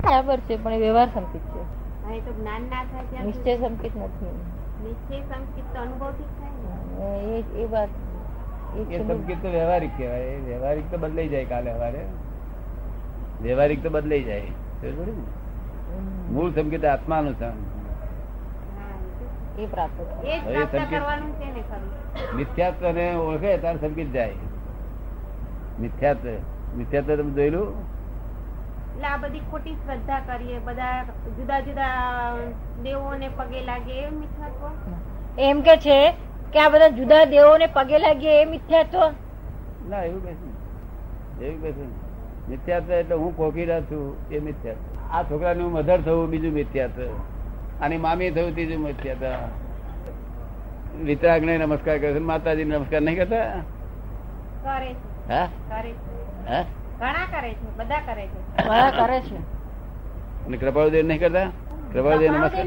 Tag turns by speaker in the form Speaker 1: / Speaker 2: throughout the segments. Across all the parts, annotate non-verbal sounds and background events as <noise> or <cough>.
Speaker 1: બરાબર છે પણ એ વ્યવહાર સંકિત છે
Speaker 2: હા, એ તો જ્ઞાન ના થાય ત્યાં
Speaker 1: નિશ્ચય સંકિત નથી
Speaker 2: સુધી. નિશ્ચય સંકેત તો અનુભવથી જ થાય ને
Speaker 1: અને એ એ વાત એ
Speaker 3: એ
Speaker 1: છેલ્લું-
Speaker 3: સંકેત તો વ્યવહારિક કહેવાય એ વ્યવહારિક તો બદલાઈ જાય કાલે સવારે વ્યવહારિક તો બદલાઈ જાય સમજ પડી ને?
Speaker 1: હમ.
Speaker 3: મૂળ સંકેત આત્માનું છે
Speaker 2: હા, એ તો-
Speaker 1: એ પ્રાપ્ત થાય.
Speaker 2: એ જ
Speaker 3: હવે એ
Speaker 2: પ્રાપ્ત
Speaker 3: સંકેત-
Speaker 2: કરવાનું છે ને ખરું
Speaker 3: મિથ્યાત્વને ઓળખે ત્યારે સંકેત જાય મિથ્યાત્વ મિથ્યાત્વ તમે જોયેલું
Speaker 2: એટલે આ બધી ખોટી શ્રદ્ધા કરીએ બધા જુદા જુદા દેવોને પગે લાગે એ મિથ્યાત્વ
Speaker 1: એમ કે છે કે આ બધા જુદા દેવોને પગે લાગીએ એ મિથ્યાત્વ
Speaker 3: ના એવું કશું નહીં. એવું કશું નહીં. મિથ્યાત્વ એટલે હું કોકીરા છું એ મિથ્યાત્વ આ છોકરાનું મધર થવું બીજું મિથ્યાત્વ આની મામી થયું ત્રીજું મિથ્યાત્વ વિતરાગને નમસ્કાર કરે છે માતાજીને નમસ્કાર નહીં કરતા
Speaker 2: કરે છે
Speaker 3: હા
Speaker 2: કરે છે
Speaker 3: હા
Speaker 2: ઘણા કરે છે બધા કરે છે
Speaker 1: ઘણા કરે છે
Speaker 3: અને કૃપાળુદેવ નહીં કરતા કૃપાળુદેવ નમસ્કાર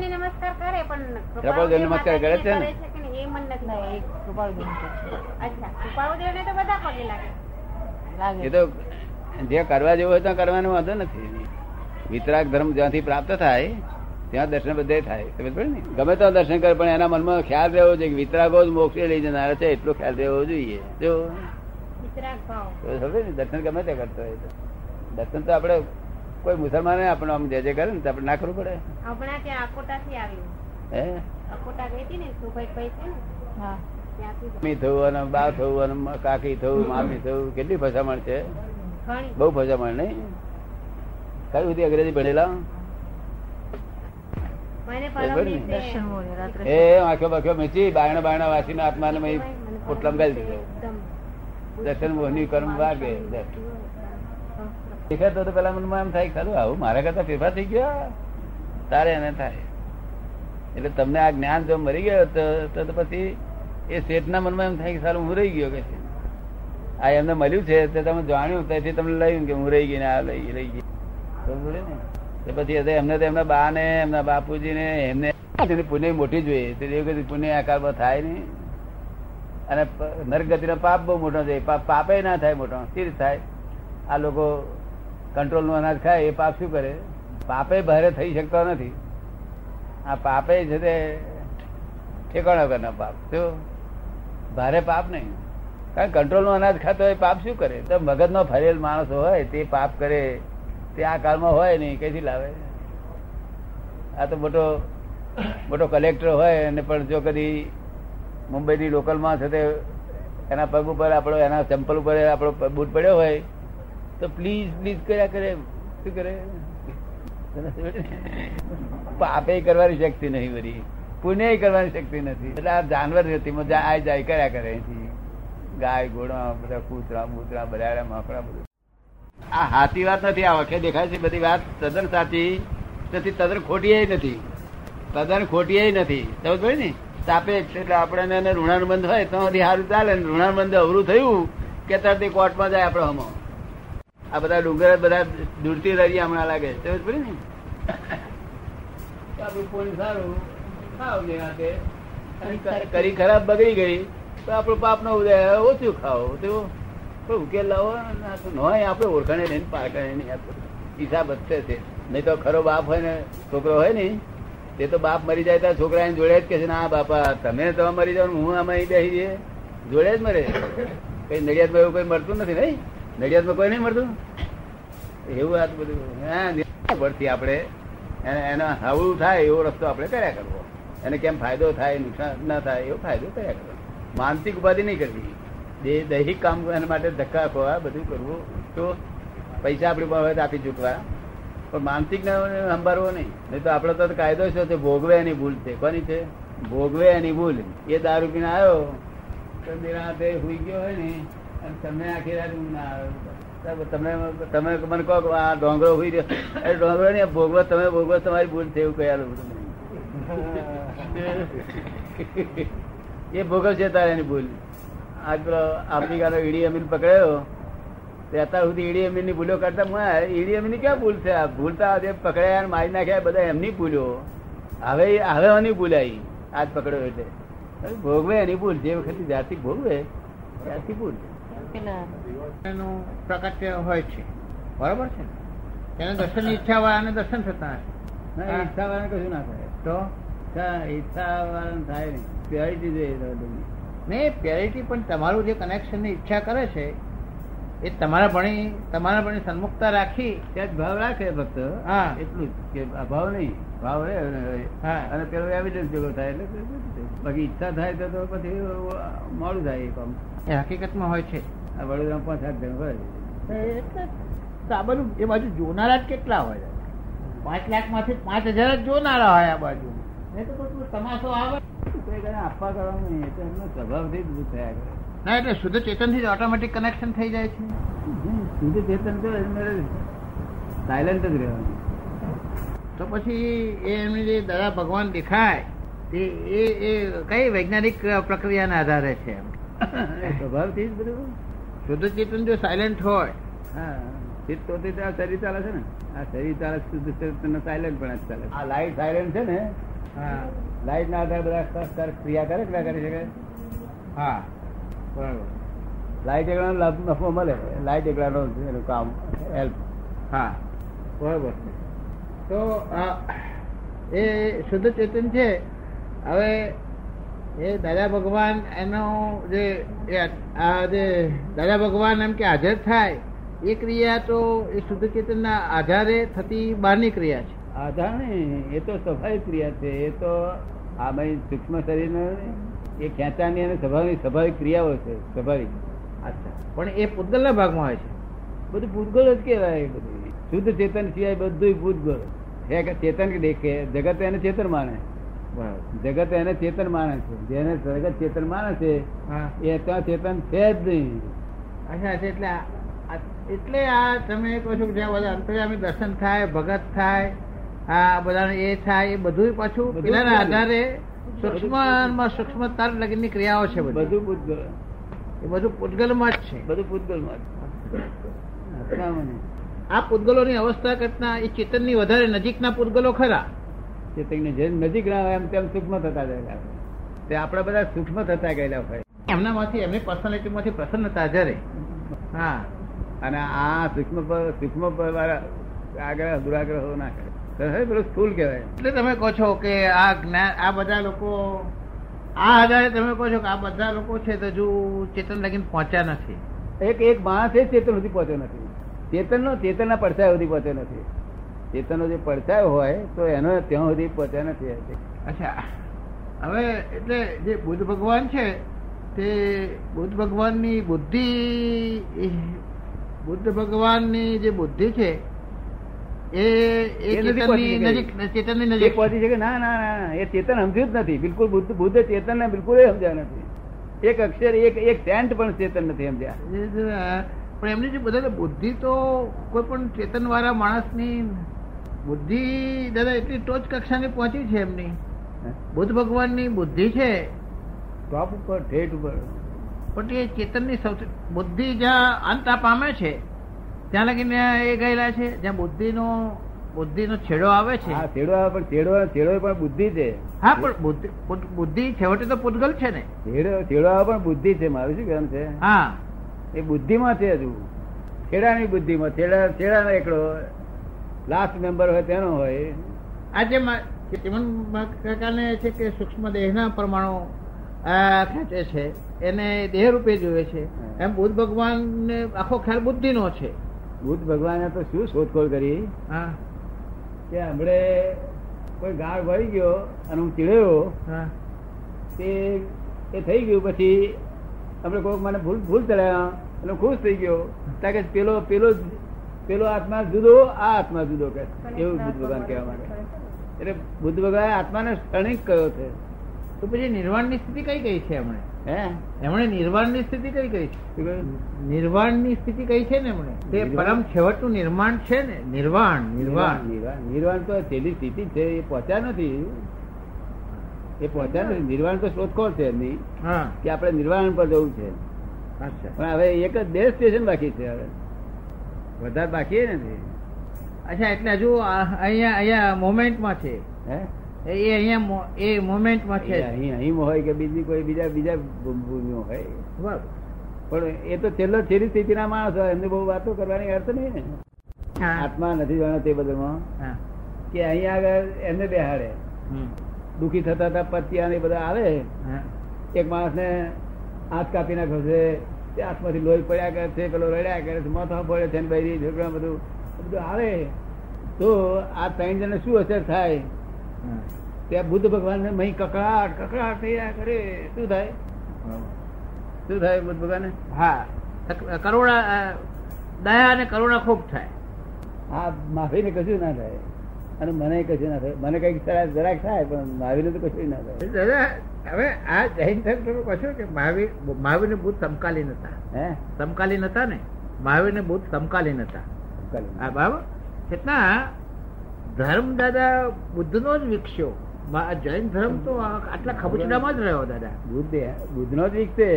Speaker 2: કૃપાળુદેવને નમસ્કાર કરે પણ
Speaker 3: કૃપાળુદેવને નમસ્કાર કરે છે
Speaker 2: માતાજીને કરે
Speaker 3: ને?
Speaker 2: છે કે નહીં, એ મને નથી
Speaker 1: ના, એ
Speaker 2: ખબર.
Speaker 1: કૃપાળુ બની છે.
Speaker 2: અચ્છા કૃપાળુદેવને તો બધા પગે લાગે
Speaker 1: લાગે
Speaker 3: એ તો જે કરવા જેવું હોય ત્યાં કરવાનો વાંધો નથી વિતરાગ ધર્મ જ્યાંથી પ્રાપ્ત થાય ત્યાં દર્શન બધે થાય સમજ પડી ને ગમે તો દર્શન કરે પણ એના મનમાં ખ્યાલ રહેવો જોઈએ કે વિતરાગો જ મોક્ષે લઈ જનારા છે એટલો ખ્યાલ રહેવો જોઈએ જો
Speaker 2: વિતરાગ ભાવ
Speaker 3: તો સમજે ને દર્શન ગમે તે કરતો હોય તો. દર્શન તો આપણે કોઈ મુસલમાને આપણે આમ જે જે કરે ને તો આપણે ના કરવું પડે
Speaker 2: હમણાં ત્યાં અકોટાથી આવ્યું
Speaker 3: હે
Speaker 2: અકોટા ગઈ હતી ને સુભાઈભાઈ છે ને
Speaker 1: હા
Speaker 2: ત્યાંથી
Speaker 3: મમ્મી થવું અને બા થવું અને કાકી થવું મામી થવું કેટલી ફસામણ છે
Speaker 2: ઘણી
Speaker 3: બહુ ફસામણ નહીં કઈ સુધી અંગ્રેજી ભણેલા
Speaker 2: મને
Speaker 3: બરાબર
Speaker 2: પરમ દિવસે
Speaker 3: ને?
Speaker 1: દર્શન હોય ને રાત્રે
Speaker 3: એ આંખો બાંખો મીચી બાયણો બાયણો વાસીને આત્માને મય
Speaker 2: મને પરમ
Speaker 3: પોટલામાં ગાળી
Speaker 2: દિવસે
Speaker 3: દીધો.
Speaker 2: એકદમ
Speaker 3: દર્શન મોહની કર્મ વાગે દેખાતો તો પેલા મનમાં એમ થાય ખરું આવું મારા કરતા ફેરફાર થઈ ગયા તારે એને થાય એટલે તમને આ જ્ઞાન જો મરી ગયો તો તો તો પછી એ શેઠના મનમાં એમ થાય કે સારું હું રહી ગયો કે છે. આ એમને મળ્યું છે તે તમે જાણ્યું તેથી તમને લઈ કે હું રહી ગઈ ને આ લઈ રહી ગઈ સમજ પડી ને? તો પછી એમને તો એમના બા ને એમના બાપુજીને એમને તેની પુણ્ય મોટી જોઈએ તે એવું કદી પુણ્ય આકારમાં થાય નહીં અને પ- નરક ગતિનો પાપ બહુ મોટો છે પાપ પાપે ના થાય મોટો સ્થિર થાય આ લોકો કંટ્રોલ નું અનાજ ખાય એ પાપ શું કરે પાપે ભારે થઈ શકતો નથી આ પાપે છે તે ઠેકાણો કરના પાપ શું ભારે પાપ નહીં કારણ કંટ્રોલ નું અનાજ ખાતો હોય પાપ શું કરે તો મગજનો ફરેલ માણસ હોય તે પાપ કરે તે આ કાળમાં હોય નહીં કઈથી લાવે આ તો મોટો મોટો કલેક્ટર હોય અને પણ જો કદી મુંબઈની લોકલમાં છે તે એના પગ ઉપર આપણો એના ચંપલ ઉપર આપણો પ- બૂટ પડ્યો હોય તો પ્લીઝ પ્લીઝ કર્યા કરે શું કરે પાપે કરવાની શક્તિ નહીં વરી પુણ્ય કરવાની શક્તિ નથી એટલે આ જાનવર વ્યક્તિમાં જા- આય જાય કર્યા કરે અહીંથી. ગાય ઘોડા બધા કૂતરા મૂતરા બરાડા માકડા બધું આ સાચી વાત નથી આ વખતે દેખાય છે બધી વાત તદ્દન સાચી નથી તદ્દન ખોટી એ નથી તદ્દન ખોટી એ નથી સમજ પડી ને તાપે એટલે આપણે એને ઋણાનુબંધ હોય તો હજી સારું ચાલે ને ઋણાનુબંધ અવરું થયું કે તરત એ કોર્ટમાં જાય આપણો હમો આ બધા ડુંગર બધા દૂરથી રહી હમણાં લાગે સમજ પડી ને આપણું પોલીસ સારું ખાવ ને હાથે. અને કરી ખરાબ બગડી ગઈ તો આપણું પાપ નો ઉદય ઓછું ખાવ તો પણ ઉકેલ લાવો ના તો નોય આપણે ઓળખાણે નહીં પારખાણે નહીં આપણે. હિસાબ વધશે છે નહીં તો ખરો બાપ હોય ને છોકરો હોય ને તે તો બાપ મરી જાય ત્યારે છોકરા એને જોડે જ કે છે ના બાપા તમે તો મરી જાઓ ને હું આમાં અહીં બેસી જઈએ જોડે જ મરે કઈ નડિયાદમાં એવું કોઈ મળતું નથી નહીં નડિયાદમાં કોઈ નહીં મળતું એવું આ બધું હા નિર્ણય પરથી આપણે એને એનો હાવું થાય એવો રસ્તો આપણે કર્યા કરવો એને કેમ ફાયદો થાય નુકસાન ના થાય એવો ફાયદો કર્યા કરવો માનસિક ઉપાધિ નહીં કરવી દે- દૈહિક કામ એના માટે ધક્કા ખોવા બધું કરવું તો પૈસા આપણી પાસે હોય તો આપી ચૂકવા પણ માનસિક ને સંભાળવો નહીં નહીં તો આપણો તો કાયદો શું છે ભોગવે એની ભૂલ છે કોની છે ભોગવે એની ભૂલ એ દારૂ પીને આવ્યો તો નિરાંતે હુઈ ગયો હોય ને અને તમે આખી રાત ઊંઘ ના આવે તમે તમે મને કહો કે આ ડોંગરો હુઈ રહ્યો અરે ડોંગરો ને ભોગવો તમે ભોગવો તમારી ભૂલ છે એવું કહ્યાલું એ ભોગવશે તારે એની ભૂલ આજ પેલો આફ્રિકાનો ઈડી અમીન પકડાયો તે અત્યાર સુધી ઈડી અમીન ની ભૂલો કરતા હું આ ઈડી અમીન ની ક્યાં ભૂલ છે આ ભૂલ તો આજે પકડાયા અને મારી નાખ્યા એ બધા એમની ભૂલો હવે હવે એની ભૂલ આવી આજ પકડ્યો એટલે હવે ભોગવે એની ભૂલ જે વખતે જ્યારથી ભોગવે ત્યારથી ભૂલ
Speaker 1: પેલા
Speaker 4: એનું પ્રાગટ્ય હોય છે બરાબર છે ને તેને દર્શન ઈચ્છા વાળાને દર્શન થતા હશે
Speaker 3: ના, ઈચ્છાવાળાને કશું ના થાય
Speaker 4: તો
Speaker 3: હા, ઈચ્છાવાળાને થાય નહીં Purity જોઈએ તો બધું.
Speaker 4: નહીં પ્યોરિટી પણ તમારું જે કનેક્શન ની ઈચ્છા કરે છે એ તમારા ભણી તમારા ભણી સન્મુખતા રાખી
Speaker 3: ત્યાં જ ભાવ રાખે ભક્ત
Speaker 4: હા.
Speaker 3: એટલું જ કે આ ભાવ નહીં ભાવ રહે અને રહે.
Speaker 4: હા.
Speaker 3: અને પેલો એવિડન્સ ભેગો થાય એટલે તે બધું થાય. બાકી ઈચ્છા થાય તો તો પછી મોડું થાય એ કામ
Speaker 4: એ હકીકતમાં હોય છે
Speaker 3: આ વડોદરામાં પાંચ સાત જણ હોય
Speaker 4: સાબરુ એ બાજુ જોનારા જ કેટલા હોય પાંચ લાખ માંથી પાંચ હજાર જ જોનારા હોય આ બાજુ નહીં તો કોઈ તમાશો આવે
Speaker 3: તો એ કાંઈ આપવા કરવાનું નહીં એ તો એમનો સ્વભાવથી જ બધું થયા કરે
Speaker 4: ના એટલે શુદ્ધ ચેતનથી જ ઓટોમેટિક કનેક્શન થઈ જાય છે
Speaker 3: હમ, શુદ્ધ ચેતન તો સાયલન્ટ જ રહેવાનું
Speaker 4: તો પછી એ એમની જે દયા ભગવાન દેખાય તે એ એ કઈ વૈજ્ઞાનિક પ્રક્રિયાના આધારે છે એમ?
Speaker 3: એ સ્વભાવથી જ બધું
Speaker 4: શુદ્ધ ચેતન જો સાયલેન્ટ હોય
Speaker 3: હા ચિત્ત તો તે આ શરીર ચાલે છે ને આ શરીર ચાલે છે, શુદ્ધ ચેતનનો silent પણ જ ચાલે છે. આ લાઈટ સાયલેન્ટ છે ને
Speaker 4: હા
Speaker 3: લાઈટ ના આધારે બધા સંસ્કાર ક્રિયા કરે કે ના કરી શકે
Speaker 4: હા બરાબર
Speaker 3: લાઈટ એકલાનો લાભ નફો મળે લાઈટ એકલાનો એનું કામ હેલ્પ
Speaker 4: હા બરાબર છે. તો આ, એ શુદ્ધ ચેતન છે હવે એ દાદા ભગવાન એનો જે એ આ જે દાદા ભગવાન એમ કે હાજર થાય એ ક્રિયા તો એ શુદ્ધ ચેતનના આધારે થતી બહારની ક્રિયા છે
Speaker 3: આધાર નહીં એ તો સ્વાભાવિક ક્રિયા છે એ તો આમાં સૂક્ષ્મ શરીરનો એ ખેંચાની અને સ્વાભાવિક સ્વાભાવિક ક્રિયાઓ છે સ્વાભાવિક
Speaker 4: અચ્છા પણ એ પૂતગલના ભાગમાં હોય છે
Speaker 3: બધું ભૂતગોળ જ કહેવાય એ બધું શુદ્ધ ચેતન સિવાય બધું ભૂતગોળ છે કે ચેતન દેખે જગત એને ચેતન માને
Speaker 4: બરાબર
Speaker 3: જગત એને ચેતન માને છે જેને જગત ચેતન માને છે
Speaker 4: હા
Speaker 3: એ ત્યાં ચેતન છે જ નહીં
Speaker 4: અચ્છા અચ્છા, એટલે આ- આ- એટલે આ તમે કહો છો કે જ્યાં બધા અંતર્યામી દર્શન થાય ભગત થાય આ બધાને એ થાય એ બધું પાછું
Speaker 3: બધું
Speaker 4: પેલાના
Speaker 3: બધું.
Speaker 4: આધારે સૂક્ષ્મમાં સૂક્ષ્મ તાર લગીની ક્રિયાઓ છે બધું
Speaker 3: બધું ભૂતગોળ
Speaker 4: એ બધું પૂતગલમાં જ છે
Speaker 3: બધું ભૂતગોળમાં જ. સામાન્ય.
Speaker 4: આ પૂતગલોની અવસ્થા કરતા એ ચેતનની વધારે નજીકના પૂતગલો ખરા
Speaker 3: ચેતનની જેમ નજીક ના હોય એમ તેમ સૂક્ષ્મ થતા ગયેલા હોય. તે આપણા બધા સૂક્ષ્મ થતા ગયેલા હોય
Speaker 4: એમનામાંથી એમની પર્સનાલિટીમાંથી પ્રસન્નતા જરે હા
Speaker 3: અને આ સૂક્ષ્મ પર સૂક્ષ્મ પર વાળા આગ્રહ દુરાગ્રહો ના કરે તો હવે પેલું સ્થૂલ કહેવાય
Speaker 4: એટલે તમે કહો છો કે આ જ્ઞાન આ બધા લોકો આ આધારે તમે કહો છો કે આ બધા લોકો છે તો હજુ ચેતન લગીને પહોંચ્યા નથી
Speaker 3: એક એક માણસ એ ચેતન સુધી પહોંચ્યો નથી ચેતનનો ચેતનના પડછાયા સુધી પહોંચ્યો નથી ચેતનનો જે પડછાયો હોય તો એનો ત્યાં સુધી પહોંચ્યા નથી
Speaker 4: અચ્છા હવે એટલે જે બુદ્ધ ભગવાન છે તે બુદ્ધ ભગવાનની બુદ્ધિ બુદ્ધ ભગવાનની જે બુદ્ધિ છે એ એ
Speaker 3: એ નથી
Speaker 4: ચેતનની
Speaker 3: પહોંચી
Speaker 4: નજીક ચેતનની
Speaker 3: એ
Speaker 4: નજીક
Speaker 3: પહોંચી શકે ના ના ના એ ચેતન સમજ્યું જ નથી બિલકુલ બુદ્ધ બુદ્ધ ચેતનને બિલકુલ એ સમજ્યા નથી એક અક્ષર એક એક સેન્ટ પણ ચેતન નથી સમજ્યા
Speaker 4: એ જ, અ, પણ એમની જે બધા બુદ્ધિ તો કોઈ પણ ચેતનવાળા માણસની બુદ્ધિ દાદા એટલી ટોચ કક્ષાની પહોંચી છે એમની
Speaker 3: હે?
Speaker 4: બુદ્ધ ભગવાનની બુદ્ધિ છે
Speaker 3: ટોપ ઉપર ઠેઠ ઉપર
Speaker 4: પણ એ ચેતનની સૌથી બુદ્ધિ જ્યાં અંત પામે છે ત્યાં લગીને એ ગયેલા છે જ્યાં બુદ્ધિનો બુદ્ધિનો છેડો આવે છે
Speaker 3: હા છેડો આવે પણ છેડો છેડો પણ બુદ્ધિ છે
Speaker 4: હા પણ બુદ્ધિ પુટ- બુદ્ધિ છેવટે તો પૂતગલ છે ને
Speaker 3: છેડો છેડો આવે પણ બુદ્ધિ છે મારું શું કહેવાનું છે
Speaker 4: હા
Speaker 3: એ બુદ્ધિમાં છે હજુ છેડાની બુદ્ધિમાં છેડા છેડાનો એકડો લાસ્ટ મેમ્બર હોય તેનો હોય
Speaker 4: આ જે મા- જીવન કાકાને છે કે સૂક્ષ્મ દેહના પરમાણુ આ, ખેંચે છે એને દેહ રૂપે જોવે છે એમ બુદ્ધ ભગવાન આખો ખ્યાલ બુદ્ધિનો છે
Speaker 3: બુદ્ધ ભગવાને તો શું શોધખોળ કરી
Speaker 4: હા
Speaker 3: કે હમણે કોઈ ગાળ વળી ગયો અને હું ચીડ્યો
Speaker 4: હા
Speaker 3: તે એ થઈ ગયું પછી આપણે કોઈક મને ભૂલ ભૂલ ચડાયા એટલે હું ખુશ થઈ ગયો કારણ કે પેલો પેલો જ- પેલો આત્મા જુદો આ આત્મા જુદો કે એવું બુદ્ધ ભગવાન કહેવા માંગે એટલે બુદ્ધ ભગવાન આત્માને ક્ષણિક કયો છે
Speaker 4: તો પછી નિર્વાણની સ્થિતિ કઈ કઈ છે એમણે
Speaker 3: હે
Speaker 4: એમણે નિર્વાણની સ્થિતિ કઈ કઈ છે
Speaker 3: શું કહ્યું?
Speaker 4: નિર્વાણની સ્થિતિ કઈ છે ને એમણે તે
Speaker 3: નિર્વાણ?
Speaker 4: પરમ છેવટનું નિર્માણ છે ને નિર્વાણ નિર્વાણ
Speaker 3: નિર્વાણ નિર્વાણ તો છેલ્લી સ્થિતિ છે એ પહોંચ્યા નથી એ પહોંચ્યા નથી નિર્વાણ તો શોધખોળ છે એમની
Speaker 4: હા
Speaker 3: કે આપણે નિર્વાણ પર જવું છે
Speaker 4: અચ્છા
Speaker 3: પણ હવે એક જ બે સ્ટેશન બાકી છે હવે વધારે બાકી નથી
Speaker 4: અચ્છા એટલે હજુ આ- અહીંયા અહીંયા મોમેન્ટમાં છે
Speaker 3: હે
Speaker 4: એ એ અહીંયા મો- એ મોમેન્ટમાં
Speaker 3: એ
Speaker 4: છે
Speaker 3: અહીં અહીં હોય કે બીજી કોઈ બીજા બીજા ભૂમિઓ હોય
Speaker 4: બરાબર
Speaker 3: પણ એ તો છેલ્લો છેલ્લી સ્થિતિના માણસ હોય એમને બહુ વાતો કરવાની અર્થ નહીં ને
Speaker 4: હા.
Speaker 3: આત્મા નથી જાણ્યો તે બધામાં
Speaker 4: હા.
Speaker 3: કે અહીંયા આગળ એમને બેહાડે
Speaker 4: હમ.
Speaker 3: દુઃખી થતા હતા પત્યા ને એ બધા આવે
Speaker 4: હા.
Speaker 3: એક માણસને હાથ કાપી નાખ્યો છે તે હાથમાંથી લોહી પડ્યા કરે છે પેલો રડ્યા કરે છે માથા પડે છે ને બૈરી છોકરા બધું આ બધું આવે તો આ ત્રણ જણને શું અસર થાય
Speaker 4: હા.
Speaker 3: ત્યાં બુદ્ધ ભગવાનને મહી કકડાટ કકડાટ થઈ રહ્યા કરે શું થાય શું થાય બુદ્ધ ભગવાનને
Speaker 4: હા ક- કરુણા અ, દયા અને કરુણા ખૂબ થાય
Speaker 3: આ માફીને કશું ના થાય અને મને કશું ના થાય મને કઈક જરાક થાય પણ માવીને તો કશું ના થાય
Speaker 4: દાદા હવે આ જૈન ધર્મ તમે કહો છો કે મહાવીર મહાવીર બુદ્ધ સમકાલીન હતા
Speaker 3: હે
Speaker 4: સમકાલીન હતા ને મહાવીર ને બુદ્ધ સમકાલીન હતા
Speaker 3: સમકાલીન.
Speaker 4: આ બાબા કેટલા ધર્મ દાદા બુદ્ધનો જ વિકસ્યો મા- જૈન ધર્મ તો આ- આટલા ખબુચડામાં જ રહ્યો દાદા
Speaker 3: બુદ્ધ બુદ્ધનો જ વિકસે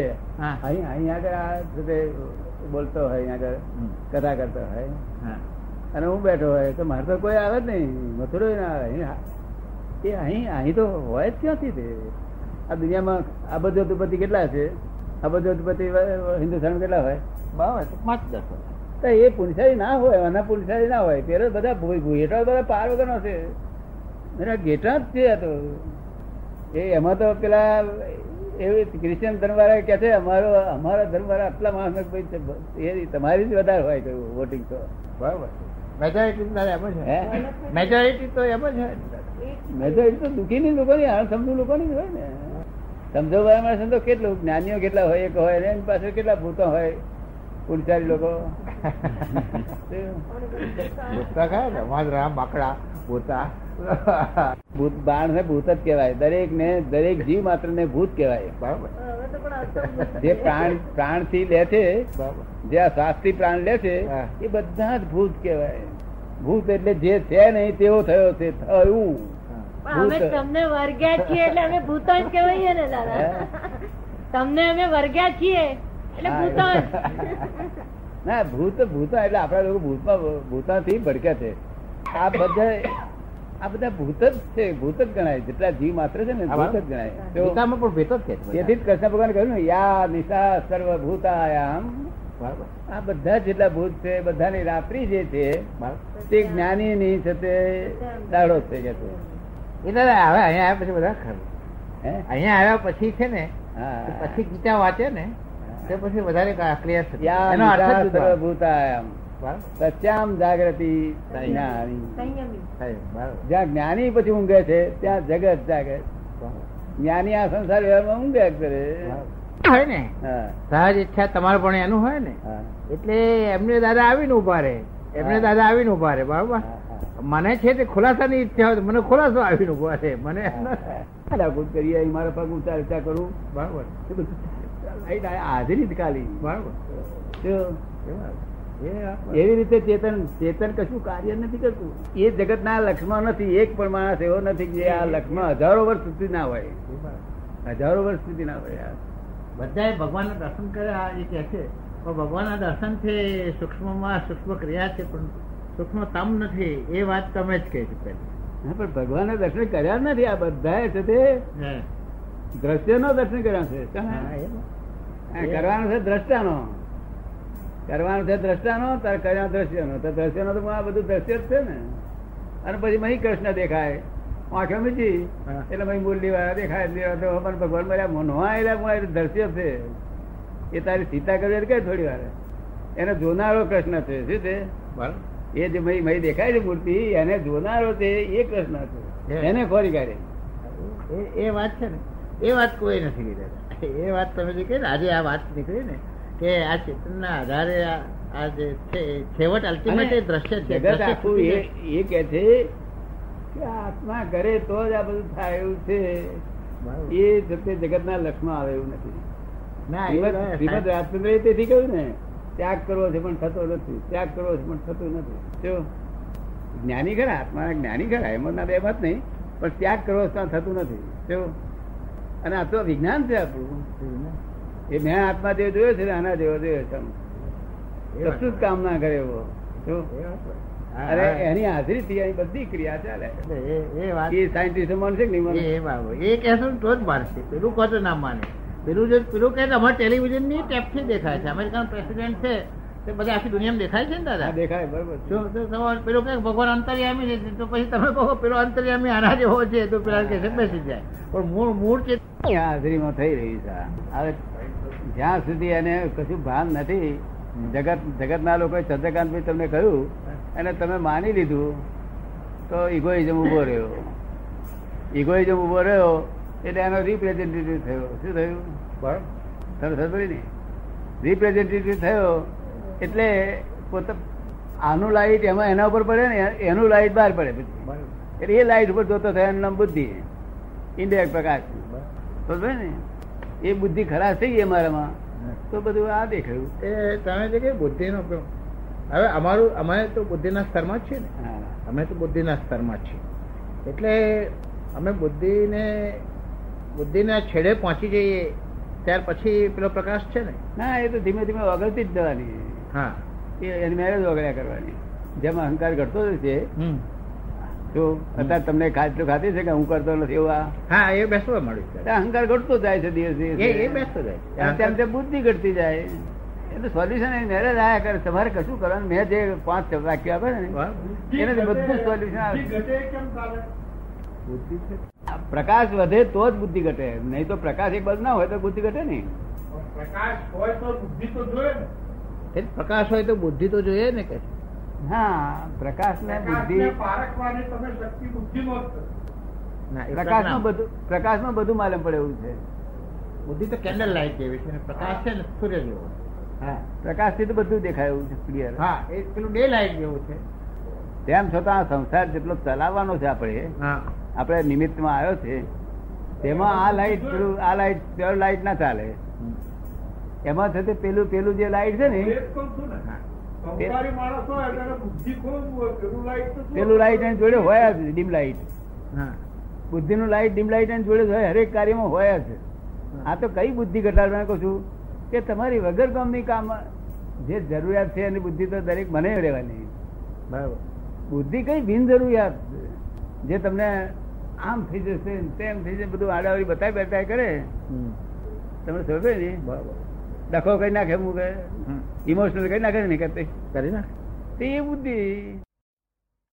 Speaker 4: હા
Speaker 3: અહીં અહીં આગળ આ છે તે બોલતો હોય અહીં આગળ
Speaker 4: હમ.
Speaker 3: કથા કરતો હોય
Speaker 4: હા
Speaker 3: અને હું બેઠો હોય તો મારે તો કોઈ આવે જ નહીં મથુરો ના આવે અહીં આ- એ અહીં અહીં તો હોય જ ક્યાંથી તે આ દુનિયામાં અબજોતિપતિ કેટલા છે અબજોતિપતિ હિન્દુસ્તાન કેટલા હોય
Speaker 4: પાંચ દસ
Speaker 3: તો એ પુણ્યશાળી ના હોય આના પુણ્યશાળી ના હોય પેલો બધા ભૂ- ભૂ- ઘેટા બધા પાર વગરનો છે અને આ ઘેટા જ છે આ તો એ એમાં તો પેલા એવી ક્રિશ્ચિયન ધર્મવાળા કે છે અમારો અમારા ધર્મવાળા આટલા માણસ ભાઈ છે. એ તમારી જ વધારે હોય કહ્યું વોટિંગ તો
Speaker 4: બરાબર મેજોરિટી દાદા એમ જ
Speaker 3: હે
Speaker 4: હોય મેજોરિટી તો એમ જ હોય ને દાદા.
Speaker 3: મેજોરિટી તો દુઃખી ની લોકો ની સમજુ લોકો ની હોય ને સમજવવા માણસ તો કેટલું જ્ઞાનીઓ કેટલા હોય એક હોય ને એની પાસે કેટલા ભૂતો હોય પુણ્યશાળી લોકો
Speaker 4: ભૂતકા ખાય ને વાંદરા બાકડા ભૂતા
Speaker 3: ભૂત બાણ ને ભૂત જ કહેવાય દરેક ને દરેક જીવ માત્ર ને ભૂત કહેવાય
Speaker 4: બરાબર
Speaker 2: હવે તો પણ અસંભવ.
Speaker 3: જે પ્રાણ પ્રાણ થી લે છે
Speaker 4: બરાબર
Speaker 3: જે આ શ્વાસ થી પ્રાણ લે છે
Speaker 4: હા.
Speaker 3: એ બધા જ ભૂત કહેવાય ભૂત એટલે જે છે નહીં તેવો થયો છે થયું
Speaker 4: હા.
Speaker 1: પણ અમે
Speaker 3: ભૂત.
Speaker 1: તમને વર્ગ્યા
Speaker 3: <laughs>
Speaker 1: છીએ એટલે અમે ભૂત જ કહેવાય ને
Speaker 3: હે?
Speaker 1: દાદા તમને અમે વર્ગ્યા છીએ એટલે ભૂત જ
Speaker 3: ના ભૂત ભૂતા એટલે આપણા લોકો ભૂતમાં ભૂતાથી ભડક્યા છે આ બધા આ બધા ભૂત જ છે ભૂત જ ગણાય જેટલા જીવ માત્ર છે ને
Speaker 4: હા,
Speaker 3: ભૂત જ
Speaker 4: બરાબર.
Speaker 3: ગણાય તો
Speaker 4: ગીતામાં પણ ભેટ જ છે
Speaker 3: તેથી જ કૃષ્ણ ભગવાન કહ્યું ને યા નિશા સર્વ ભૂતાયામ
Speaker 4: બરાબર
Speaker 3: આ બધા જ જેટલા ભૂત છે બધાની રાત્રિ જે છે
Speaker 4: બરાબર
Speaker 3: તે જ્ઞાની ની છે તે <laughs> દાડો છે કે છે
Speaker 4: એ દાદા હવે અહીંયા આવ્યા પછી બધા ખરું
Speaker 3: હે
Speaker 4: અહીંયા આવ્યા પછી છે ને
Speaker 3: હા.
Speaker 4: તો પછી ગીતા વાંચે ને તે પછી વધારે ક્લિયર
Speaker 3: યા
Speaker 4: એનો અર્થ
Speaker 3: નિશા
Speaker 4: જ જુદો.
Speaker 3: સર્વ ભૂતાયામ
Speaker 4: બરાબર
Speaker 3: સત્યામ જાગૃતિ જ્ઞાની
Speaker 2: સંયમી
Speaker 4: સાહેબ, બરાબર
Speaker 3: જ્યાં જ્ઞાની પછી ઊંઘે છે ત્યાં જગત જાગે
Speaker 4: બરાબર.
Speaker 3: જ્ઞાની આ સંસાર વ્યવહારમાં ઊંઘ્યા કરે
Speaker 4: બરાબર. હોય ને
Speaker 3: હા,
Speaker 4: સહજ ઈચ્છા તમારે પણ એનું હોય ને
Speaker 3: હા,
Speaker 4: એટલે એમને દાદા આવીને ઉભા રહે એમને
Speaker 3: હા.
Speaker 4: દાદા આવીને ઉભા રહે બરાબર
Speaker 3: હા, હા.
Speaker 4: મને છે તે ખુલાસાની ઈચ્છા હોય તો મને ખુલાસો આવીને ઉભા રહે મને એમ ના થાય.
Speaker 3: ડાકુટ કરીએ અહીં મારા પગ ઊંચા ઊંચા કરું
Speaker 4: બરાબર
Speaker 3: એ બધું લાઈટ આ- હાજરી જ ખાલી
Speaker 4: બરાબર
Speaker 3: જો,
Speaker 4: એમાં. એ આપણે-
Speaker 3: એવી રીતે ચેતન ચેતન કશું કાર્ય નથી કરતું એ જગતના લક્ષ્મણ નથી એક પણ માણસ એવો નથી કે જે આ લક્ષ્મણ હજારો વર્ષ સુધી ના હોય
Speaker 4: એમાં.
Speaker 3: હજારો વર્ષ સુધી ના હોય આ.
Speaker 4: બધાએ ભગવાનના દર્શન કર્યા એ કહે છે પણ ભગવાનના દર્શન છે એ સૂક્ષ્મમાં સૂક્ષ્મ ક્રિયા છે પણ સૂક્ષ્મ તમ નથી એ વાત તમે જ કહી છે
Speaker 3: હા, પણ ભગવાનના દર્શન કર્યા જ નથી આ બધાએ છે તે
Speaker 4: પહેલી.
Speaker 3: દ્રશ્યનો દર્શન કર્યા છે
Speaker 4: હા,
Speaker 3: શેના?
Speaker 4: એ વાત.
Speaker 3: આ કરવાનો છે દ્રષ્ટાનો કરવાનો છે દ્રષ્ટાનો તાર કર્યા દ્રશ્યનો તો દ્રશ્યનો તો આ બધું દ્રશ્ય જ છે ને અને પછી મહી કૃષ્ણ દેખાય આંખે મીચી
Speaker 4: હા.
Speaker 3: એટલે ભાઈ મુરલી વાળા દેખાય એટલે તો પણ ભગવાન મળ્યા મોનવા એટલે હું આ દ્રશ્ય છે એ તારી સીતા કરી એટલે કઈ થોડી વાર એને જોનારો કૃષ્ણ છે શું છે
Speaker 4: બરાબર
Speaker 3: એ જે મહી મહી દેખાય છે મૂર્તિ એને જોનારો છે એ કૃષ્ણ છે
Speaker 4: હે.
Speaker 3: એને ખોરી કાઢે
Speaker 4: એ- એ વાત છે ને એ વાત કોઈ નથી કીધા એ વાત તમે જે કહી ને આજે આ વાત નીકળી ને કે આ ચેતનના આધારે આ આ જે છે એ છેવટ અલ્ટિમેટ એ દ્રશ્ય જ છે.
Speaker 3: જગત
Speaker 4: દ્રશ્ય
Speaker 3: આખું
Speaker 4: છૂટી
Speaker 3: એ એ કે છે કે આત્મા કરે તો જ આ બધું થાય એવું છે
Speaker 4: જાય.
Speaker 3: એ સત્ય જગતના લક્ષમાં આવે એવું નથી
Speaker 4: ના, એ
Speaker 3: શ્રીમદ
Speaker 4: વાત-
Speaker 3: શ્રીમદ રાજચંદ્રએ તેથી કહ્યું ને ત્યાગ કરવો છે પણ થતો નથી ત્યાગ કરવો છે પણ થતું નથી જો જ્ઞાની ખરા આત્માના જ્ઞાની ખરા એમાં ના બે મત નહીં પણ ત્યાગ કરવો છે પણ થતું નથી જો અને આ તો વિજ્ઞાન છે આપણું એ મેં આત્મા જેવો જોયો છે ને આના જેવો જોયો છે આમ.
Speaker 4: એ વાત.
Speaker 3: કશું જ કામ ના કરે એવો જો
Speaker 4: એ વાત. હા,
Speaker 3: અરે
Speaker 4: હા.
Speaker 3: એની હાજરીથી અહીં બધી ક્રિયા ચાલે
Speaker 4: એટલે એ- એ વાત
Speaker 3: એ સાયન્ટિસ્ટ માનશે કે નહીં માને?
Speaker 4: એ બાબો એ કહેશો ને તો જ માનશે પેલું કહો તો ના માને પેલું જો પેલું કહે તો અમારે ટેલિવિઝનની ટેપથી દેખાય છે અમેરિકન પ્રેસિડેન્ટ છે તે બધા આખી દુનિયામાં દેખાય છે ને દાદા
Speaker 5: આ દેખાય બરોબર
Speaker 4: જો જો તમારે પેલો કહે કે ભગવાન અંતર્યામી છે તો પછી તમે કહો પેલો અંતર્યામી આના જેવો છે તો પેલા કહે છે બેસી જાય પણ મૂળ મૂળ છે
Speaker 3: એ હાજરીમાં થઈ રહી છે હવે જ્યાં સુધી એને કશું ભાન નથી જગત જગતના લોકોએ ચંદ્રકાંતભાઈ તમને કહ્યું અને તમે માની લીધું તો ઇગોઇઝમ ઉભો રહ્યો ઇગોઇઝમ ઉભો રહ્યો એટલે એનો રિપ્રેઝેન્ટેટિવ થયો શું થયું
Speaker 5: બરાબર
Speaker 3: તમે સમજ ને રિપ્રેઝેન્ટેટિવ થયો એટલે પોતે આનું લાઈટ એમાં એના ઉપર પડે ને એનું લાઈટ બહાર પડે પછી
Speaker 5: બરાબર
Speaker 3: એટલે એ લાઈટ ઉપર જોતો થયો એનું નામ બુદ્ધિ ઇન્ડિયા પ્રકાશ
Speaker 5: બરાબર.
Speaker 3: બરોબર ને એ બુદ્ધિ ખરાબ થઈ ગઈ મારામાં તો બધું આ દેખાયું
Speaker 4: એ તમે જે કે બુદ્ધિનો ઉપયોગ હવે અમારું અમારે તો બુદ્ધિના સ્તરમાં જ છે ને
Speaker 3: હા.
Speaker 4: અમે તો બુદ્ધિના સ્તરમાં જ છીએ એટલે અમે બુદ્ધિને બુદ્ધિના છેડે પહોંચી જઈએ ત્યાર પછી પેલો પ્રકાશ છે ને
Speaker 3: ના એ તો ધીમે ધીમે ઓગળતી જ જવાની
Speaker 4: હા
Speaker 3: એ એની મેરેજ ઓગળ્યા કરવાની જેમ અહંકાર ઘટતો જશે
Speaker 4: હમ.
Speaker 3: જો અત્યારે તમને ખાતરી ખાતી છે કે હું કરતો નથી એવું આ
Speaker 4: હા એ બેસવા મળ્યું
Speaker 3: એટલે અહંકાર ઘટતો જાય છે દિવસ
Speaker 4: એ એ
Speaker 3: દિવસે
Speaker 4: બેસતો જાય છે.
Speaker 3: અને તેમ તેમ બુદ્ધિ ઘટતી જાય એટલે સોલ્યુશન એની મેરેજ આયા કરે તમારે કશું કરવાનું મેં જે પાંચ વાક્ય આપે ને
Speaker 4: બરાબર.
Speaker 3: એનાથી બધું સોલ્યુશન આવે
Speaker 4: બુદ્ધિ છે
Speaker 3: આ પ્રકાશ વધે તો જ બુદ્ધિ ઘટે નહીં તો પ્રકાશ એક બાજુ ના હોય તો બુદ્ધિ ઘટે નહીં
Speaker 4: એ જ પ્રકાશ હોય તો બુદ્ધિ તો જોઈએ ને કે
Speaker 3: હા પ્રકાશ ને બુદ્ધિ
Speaker 4: ના, એ
Speaker 3: પ્રકાશ
Speaker 4: પ્રકાશ-
Speaker 3: બધું પ્રકાશ માં બધું માલુમ પડે એવું છે
Speaker 4: બુદ્ધિ તો કેન્ડલ લાઇટ જેવી છે અને પ્રકાશ છે ને સૂર્ય જેવો
Speaker 3: હા પ્રકાશ થી તો બધું દેખાય એવું છે ક્લિયર
Speaker 4: હા એ પેલું ડે લાઇટ જેવું છે
Speaker 3: તેમ છતાં આ સંસાર જેટલો ચલાવવાનો છે આપણે
Speaker 4: હા
Speaker 3: આપણે નિમિત્તમાં આવ્યો છે તેમાં આ લાઈટ પેલું આ લાઈટ પ્યોર લાઈટ ના ચાલે
Speaker 4: હમ.
Speaker 3: એમાં થતી પેલું પેલું જે લાઈટ છે ને પેલું લાઈટ એની જોડે હોય જ ડીમ લાઈટ
Speaker 4: હા
Speaker 3: બુદ્ધિનું લાઈટ ડીમ લાઈટ એની જોડે જ હોય હરેક કાર્યમાં હોય જ આ તો કઈ બુદ્ધિ ઘટાડવાનું કહું છું કે તમારી વગર કામની કામ જે જરૂરિયાત છે એની બુદ્ધિ તો દરેક મને રહેવાની
Speaker 4: બરાબર
Speaker 3: બુદ્ધિ કઈ બિનજરૂરિયાત છે? જે તમને આમ થઈ જશે ને તેમ થઈ જશે બધું આડાવડી બતાવી બતાવી કરે
Speaker 4: હમ.
Speaker 3: તમને સમજે ને
Speaker 4: બરાબર
Speaker 3: ડખો કરી નાખે મૂકે
Speaker 4: હમ.
Speaker 3: ઇમોશનલ કરી નાખે ને કરતી
Speaker 4: કરી નાખ
Speaker 3: તે એ બુદ્ધિ